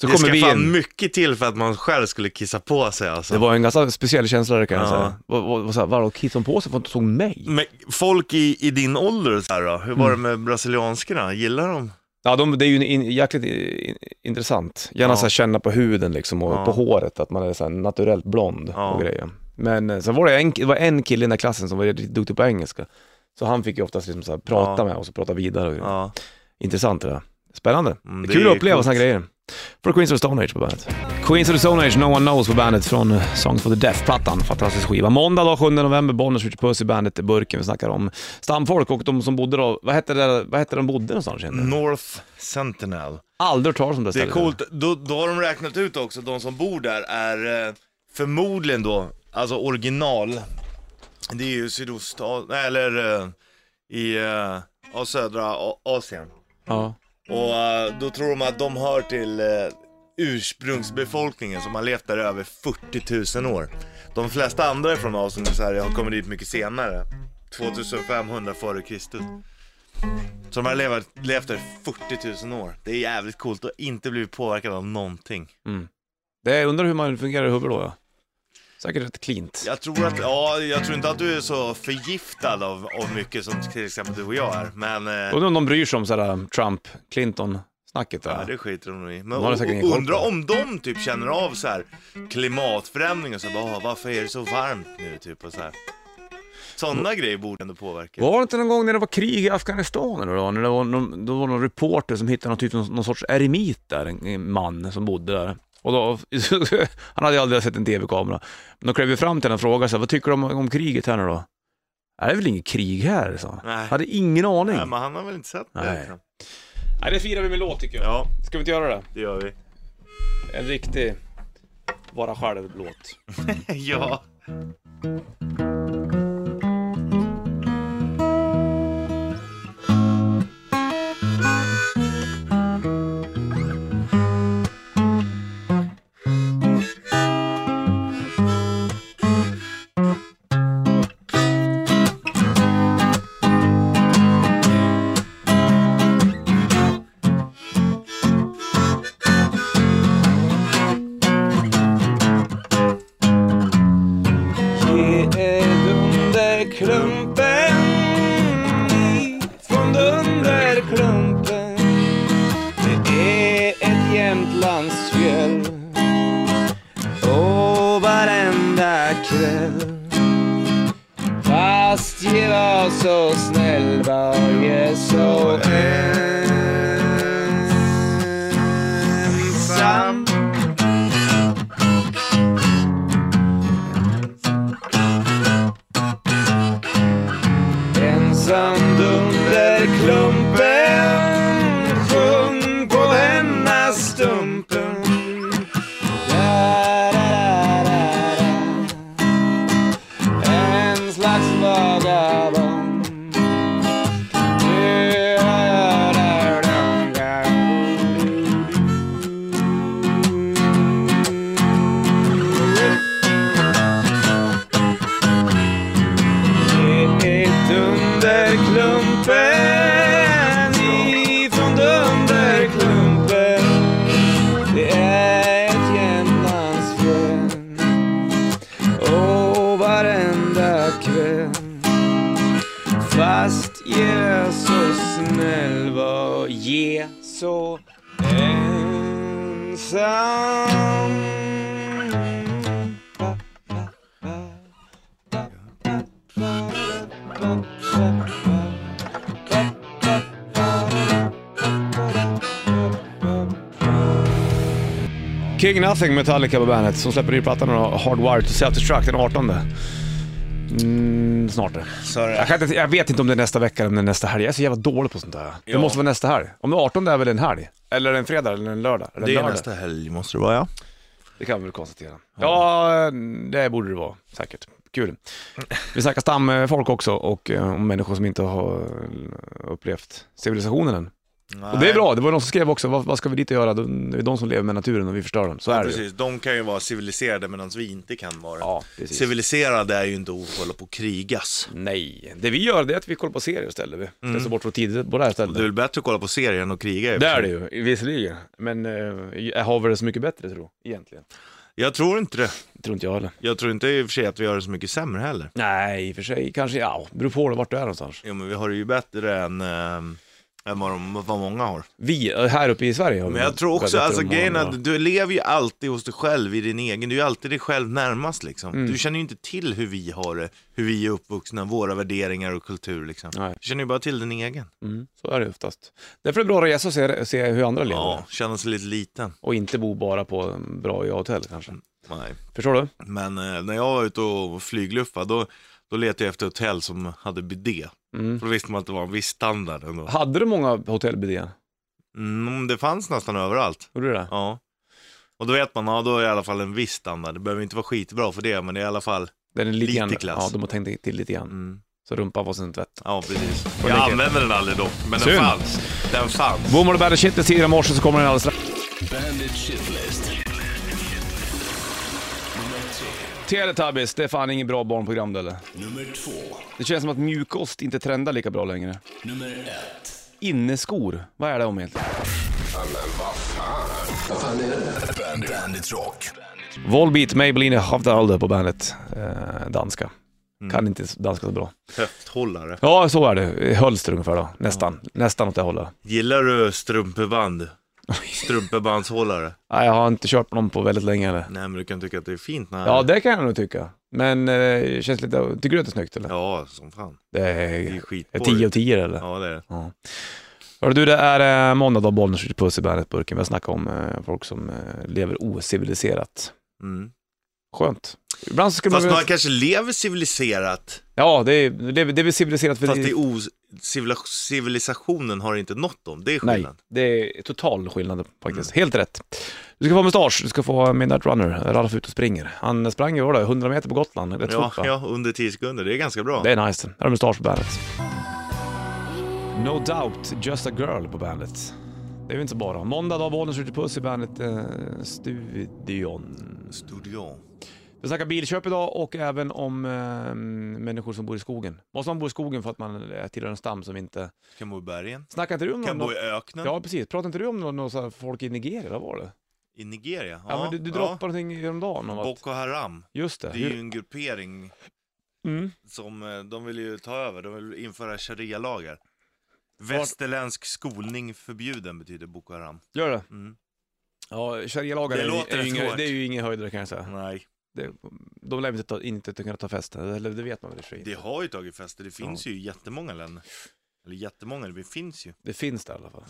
Så
Det ska
kommer vi
fan
in,
mycket till för att man själv skulle kissa på sig alltså.
det var en ganska speciell känsla det kan jag
Ja.
säga. Vad- vad- vad så här, Vadå, kissade de på sig för att de såg mig?
Men folk i, i din ålder så här då, hur var det med brasilianskorna? Gillar de?
Ja, de, det är ju in, jäkligt i- intressant. Gärna
Ja.
så här, känna på huden liksom och
Ja.
på håret, att man är så här, naturellt blond
Ja.
och grejer. Men eh, sen var det, en, det var en kille i den där klassen som var riktigt duktig på engelska. Så han fick ju oftast liksom så här, prata
Ja.
med och så prata vidare. Och grejer.
Ja.
Intressant det där. Spännande.
Mm,
det är
det
kul
är
att uppleva
coolt.
såna grejer. För Queens of the Stone Age på bandet. Queens of the Stone Age, No One Knows på bandet från eh, Songs for the Deaf-plattan. Fantastisk skiva. Måndag då, 7 november, Bollnäs Ritchie Puss i bandet i burken. Vi snackar om stamfolk och de som bodde då, vad hette det, där- vad hette de bodde någonstans egentligen?
North Sentinel.
Aldrig hört talas om det
Det är
stället.
coolt, då, då har de räknat ut också, de som bor där är eh, förmodligen då, alltså original, det är ju sydostasien, eller eh, i eh, ja, södra A- Asien.
Ja.
Och eh, då tror de att de hör till eh, ursprungsbefolkningen som har levt där i över 40 000 år. De flesta andra från Asien och så här, har kommit dit mycket senare, 2500 före Kristus. Så de har levt, levt där i 40 000 år. Det är jävligt coolt och inte blivit påverkad av någonting.
Det jag undrar hur man fungerar i huvudet då. Ja. Säkert rätt klint.
Jag tror att, ja, jag tror inte att du är så förgiftad av, av mycket som till exempel du och jag är. Men eh,
Undrar om de bryr sig om um, sådär Trump, Clinton-snacket
ja,
där.
det skiter de nog i. Men
De har
och,
säkert ingen
och
koll
undra
på det.
om de typ känner av så här klimatförändringar och så bara, "Ah, varför är det så varmt nu typ och så här.
Mm.
Sådana grejer borde ändå påverka.
Var det inte någon gång när det var krig i Afghanistan eller då? När det var någon, då var det någon reporter som hittade någon, typ, någon, någon sorts eremit där, en, en man som bodde där. Och då, han hade ju aldrig sett en tv-kamera. Men de klev ju fram till honom och frågade så här, vad tycker du om, om kriget här nu då? "Nej, Det är väl inget krig här, sa han.
Nej.
Hade ingen aning.
Nej, men han har väl inte sett det?
Nej.
liksom.
Nej, det firar vi med låt tycker jag.
Ja,
Ska vi inte göra det?
det gör vi.
En riktig vara själv-låt.
ja.
Ge är dunderklumpen från dunderklumpen Det är ett Jämtlandsfjäll och varenda kväll Just ge var så snäll, var ge så
ensam.
ensam under klumpen. Sjung på denna stumpen. Da, da, da, da, da. En slags vagabond. Dunderklumpen ifrån Dunderklumpen Det är ett Jämtlandsfjäll och varenda kväll Fast ge så snäll var ge så ensam Ba, ba, ba, ba, ba, ba, ba, ba, ba, ba, ba, ba, ba. King Nothing Metallica på bandet som släpper ny platta nu då, Hardwired to Self-Destruct den 18. Mm, snart det.
Sorry.
Jag, kan inte, jag vet inte om det är nästa vecka eller om det är nästa helg. Jag är så jävla dålig på sånt där. Det
Ja.
måste vara nästa helg. Om det är 18 det är väl en helg? Eller en fredag eller en lördag? Eller en
Det är
lördag.
nästa helg måste det vara ja.
Det kan vi väl konstatera. Ja, det borde det vara säkert. Kul. Vi snackar stamfolk också och eh, om människor som inte har eh, upplevt civilisationen än. Och det är bra, det var någon som skrev också, vad, vad ska vi dit och göra? Det är de som lever med naturen och vi förstör dem. Så är det ju.
Precis, de kan ju vara civiliserade medan vi inte kan vara det.
Ja, precis.
Civiliserade är ju inte att hålla på och krigas.
Nej, det vi gör det är att vi kollar på serier istället. Vi
Mm.
ställer oss bort från tid på det
Det
här
är
stället.
väl bättre att kolla på serien och kriga i och
Det
för sig.
är det ju, visserligen. Men eh, jag har vi det så mycket bättre tror jag, egentligen?
Jag tror inte det.
Det tror inte jag heller.
Jag tror inte i och för sig att vi gör det så mycket sämre heller.
Nej, i och för sig kanske, ja, beror på vart du är någonstans.
Jo men vi har det ju bättre än, eh, än vad, de, vad många har.
Vi, eh, här uppe i Sverige har vi
Men jag tror också,
bättre
alltså
än många
grejen är
andra.
att du lever ju alltid hos dig själv i din egen, du är ju alltid dig själv närmast liksom.
Mm.
Du känner ju inte till hur vi har det, hur vi är uppvuxna, våra värderingar och kultur liksom.
Nej.
Du känner ju bara till din egen.
Mm, så är det oftast. Därför är det bra att resa och se, se hur andra lever.
Ja, känner sig lite liten.
Och inte bo bara på en bra hotell kanske.
Nej.
Förstår du?
Men eh, när jag var ute och flygluffade, då, då letade jag efter hotell som hade bidé.
Mm.
För då visste man att det var en viss standard ändå.
Hade du många hotellbidéer?
Mm, det fanns nästan överallt.
Gjorde du det?
Ja. Och då vet man, ja då är det i alla fall en viss standard. Det behöver inte vara skitbra för det, men det är i alla fall,
Den är lite,
Lite
grann,
klass.
Ja, de har tänkt till lite grann.
mm,
Så rumpan var sin tvätt.
ja precis.
Och
Jag
lika.
använder den aldrig dock, men
Synd.
den fanns. Den fanns.
Bommar och Bandit Shitlist tidigare i morse så kommer den alldeles strax.
Bandit Shitlist.
Teletubbies, det är fan inget bra barnprogram det eller?
Nummer två.
Det känns som att mjukost inte trendar lika bra längre.
Nummer ett.
Inneskor, vad är det om egentligen?
Bandit, Bandit Rock.
Volbeat, Maybelline Havdalde på bandet. Eh, danska.
Mm.
Kan inte danska så bra.
Höfthållare.
Ja, så är det. Hölster ungefär då. Nästan. Nästan åt det hållet.
Gillar du strumpeband? Strumpebandshållare?
Nej, jag har inte kört någon på väldigt länge eller.
Nej men du kan tycka att det är fint när...
Ja, det kan jag nog tycka. Men eh, det känns lite... Tycker du att det är snyggt eller?
ja som fan.
Det
Det är
är
skitporr.
är 10 av 10 eller?
Ja det är det.
Hörru du, det är eh, måndag då Bollnäs skjuter puss i Bandet-burken. Vi har snackat om eh, folk som eh, lever ociviliserat.
Mm.
Skönt. Ibland så skulle man
Fast
vilja...
man kanske lever civiliserat,
Ja, det är, det är, det är väl civiliserat för...
fast det är os- civila- civilisationen har inte nått dem. Det är
Nej,
skillnad.
det är total skillnad faktiskt.
Mm.
Helt rätt. Du ska få mustasch, du ska få Midnight Runner, Ralf ut och springer. Han sprang ju, vadå, 100 meter på Gotland, rätt
Ja,
fort va?
ja, under 10 sekunder, det är ganska bra.
Det är nice. Här har mustasch på bandet. No doubt, just a girl på bandet. Det är ju inte så bara. Måndag dag, Bollnäs skjuter puss i bandet eh, studion.
Studio.
Vi snackar bilköp idag och även om eh, människor som bor i skogen. Måste man bo i skogen för att man är tillhör en stam som inte...
Kan bo i bergen,
Snackar inte du om
kan
någon...
bo i öknen,
Ja, precis. Pratar inte du om någon, någon så här folk i Nigeria? Vad var det?
i Nigeria.
Ja, men du, du droppar någonting häromdagen om att...
Boko Haram,
Just det.
det är ju
Hur...
en gruppering
Mm.
som eh, de vill ju ta över, de vill införa sharia-lagar. Västerländsk skolning förbjuden betyder Boko Haram.
Gör det?
Mm.
Ja, sharia-lagar
Det
är, ju-
låter
är, ju
svårt.
inga- det är ju ingen höjdare kan jag säga.
Nej.
det, de lär inte, ta, inte kunna ta festen, eller det vet man väl i och för sig.
Det har ju tagit fäste, det finns ju jättemånga länder. Eller jättemånga, det finns ju.
Det finns där i alla fall.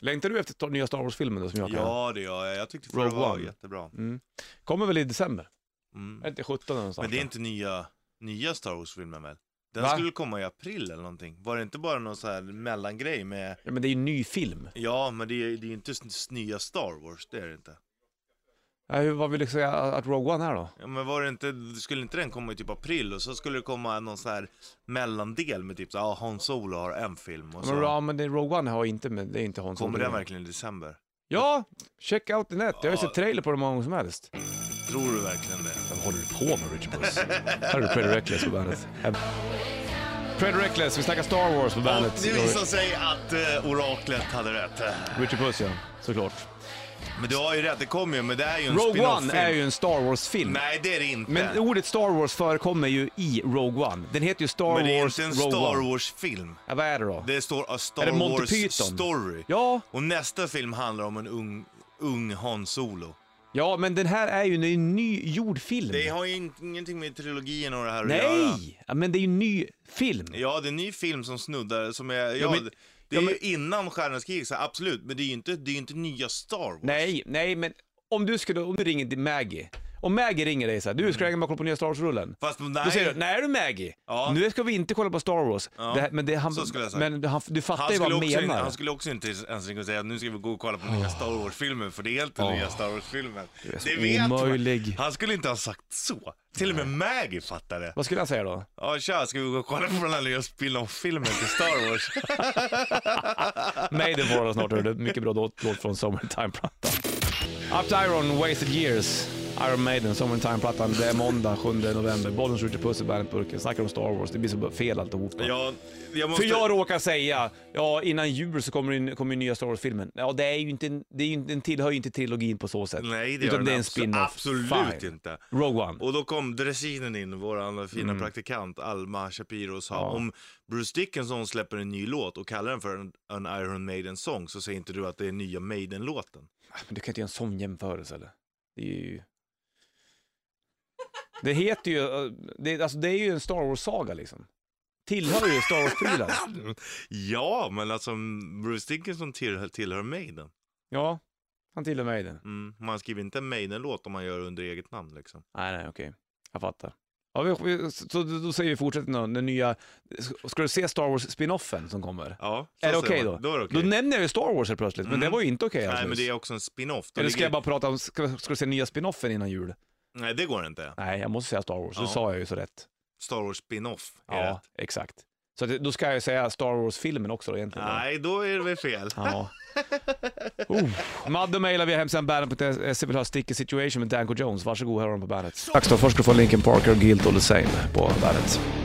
Längtar du efter ta- nya Star Wars-filmen då som jag kan?
Mm. Ja, det gör jag. Jag tyckte förra
Rogue
var
One.
jättebra.
Kommer väl i december?
Mm.
Är det inte 17 någonstans?
Men det är
va?
inte nya, nya Star Wars-filmen väl? Den
Va?
skulle komma i april eller någonting. Var det inte bara någon så här mellangrej med...
Ja men det är ju en ny film.
Ja, men det är, det är inte s- nya Star Wars, det är det inte.
Ja, Äh, hur, vad vill du säga att Rogue One är då?
Ja, men var det inte, skulle inte den komma i typ april och så skulle det komma någon så här mellandel med typ så ja, Han Solo har en film och
Men,
så
ja men det, Rogue One har inte med, det är inte Hans
kommer
Holbein.
den verkligen i december.
Ja! Check out the net, jag har ju sett trailer på dem många gånger som helst.
Tror du verkligen det?
Vad håller du på med Rich Puss? Här är du Pretty Reckless på bandet. Hem. Pretty Reckless, vi snackar Star Wars på bandet.
Det visar sig att eh, oraklet hade rätt.
Richard Puss ja, såklart.
Men du har ju rätt, det kommer ju, men det är ju en
Rogue
spin-off-film.
One är ju en Star Wars-film.
Nej, det är det inte.
Men ordet Star Wars förekommer ju i Rogue One. Den heter ju Star
Men det är
Wars
inte en
Rogue
Star
One.
Wars-film.
Ja, vad är det då?
Det står A Star
Är det Monty
Wars
Python?
Story.
Ja,
Och nästa film handlar om en ung, ung Han Solo.
ja, men den här är ju en- en ny gjord film.
Det har ju in- ingenting med trilogin och det här att göra.
Nej! Ja, men det är ju en ny film.
Ja, det är en ny film som snuddar, som är... Ja,
men-
det- det
ja,
är ju
men-
innan Stjärnornas krig, så absolut, men det är ju inte, det är ju inte nya Star Wars.
Nej, nej, men om du skulle, om du ringer till Maggie. Om Maggie ringer dig såhär, du ska jag ägna mig kolla på nya Star Wars-rullen.
Fast
Då
nej,
säger du, nej du Maggie,
Ja.
nu ska vi inte kolla på Star Wars.
Ja,
Det här, men det, han,
så skulle jag säga.
men han, du fattar
han
ju vad
skulle,
han
också, in-
menar.
han skulle också inte ens en gång säga att nu ska vi gå och kolla på nya Star Wars-filmen, för det är inte nya Star Wars-filmen.
är så
Det vet
omöjlig.
man. Han skulle inte ha sagt så. Till och med Maggie fattade.
Vad skulle han säga då?
Ja tja, ska vi gå och kolla på den här nya spin-off-filmen till Star Wars?
Maiden får det snart hörru. Mycket bra låt låt från Summertime-plattan. Up to Iron, Wasted Years. Iron Maiden, Summertime-plattan. Det är måndag 7 november. Bollen skjuter puss i bandet-burken. Snackar om Star Wars. Det blir så fel alltihopa.
ja, jag måste...
För jag råkar säga, ja innan jul så kommer ju kommer ju nya Star Wars-filmen. Ja, det är ju inte, en- det är ju, inte- den tillhör ju inte trilogin på så sätt.
Nej, det gör
Utan
den
det är en
abso-
spin-off.
absolut
Fine.
inte.
Rogue One.
Och då kom dressinen in, vår fina praktikant Alma Shapiro och sa om Bruce Dickinson släpper en ny låt och kallar den för en, en Iron Maiden-sång så säger inte du att det är nya Maiden-låten.
Ah, Men du kan inte göra en sån jämförelse eller? Det är ju... Det heter ju, eh, det, alltså det är ju en Star Wars-saga liksom. Tillhör ju Star Wars-prylar.
Ja, men alltså Bruce Dickinson tillhör, tillhör Maiden.
Ja, han tillhör mig den.
Mm. Man skriver inte en Maiden-låt om man gör det under eget namn liksom.
Nej, nej, okej. Jag fattar. Ja, vi, vi, så då då säger vi fortsättningen då, den nya, ska- ska du se Star Wars-spinoffen som kommer?
Ja, så
är det
säger
okej
man.
då?
Då är det okej.
nämner jag ju Star Wars helt plötsligt, men
Mm.
det var ju inte okej
Nej,
alldeles.
men det är också en spin-off. Då
Eller ska
ligger-
jag bara prata om, ska, ska du se nya spinoffen innan jul?
Nej, det går inte.
Nej, jag måste säga Star Wars, då
Ja.
sa jag ju så rätt.
Star Wars spin-off är
Ja,
rätt.
exakt. Så att, då ska jag ju säga Star Wars-filmen också då, egentligen.
Nej, då är det väl fel.
Ja. Oh. Madde mejlar via hemsidan bandet.se E vill ha Sticky Situation med Danko Jones. Varsågod, här har de på bandet. Dags då, först ska du få Linkin Parker, Guilt All The Same på bandet.